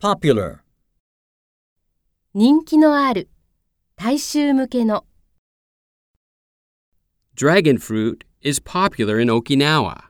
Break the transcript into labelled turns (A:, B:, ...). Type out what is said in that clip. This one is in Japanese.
A: popular,
B: 人気のある、大衆向けの。
C: Dragon fruit is popular in Okinawa.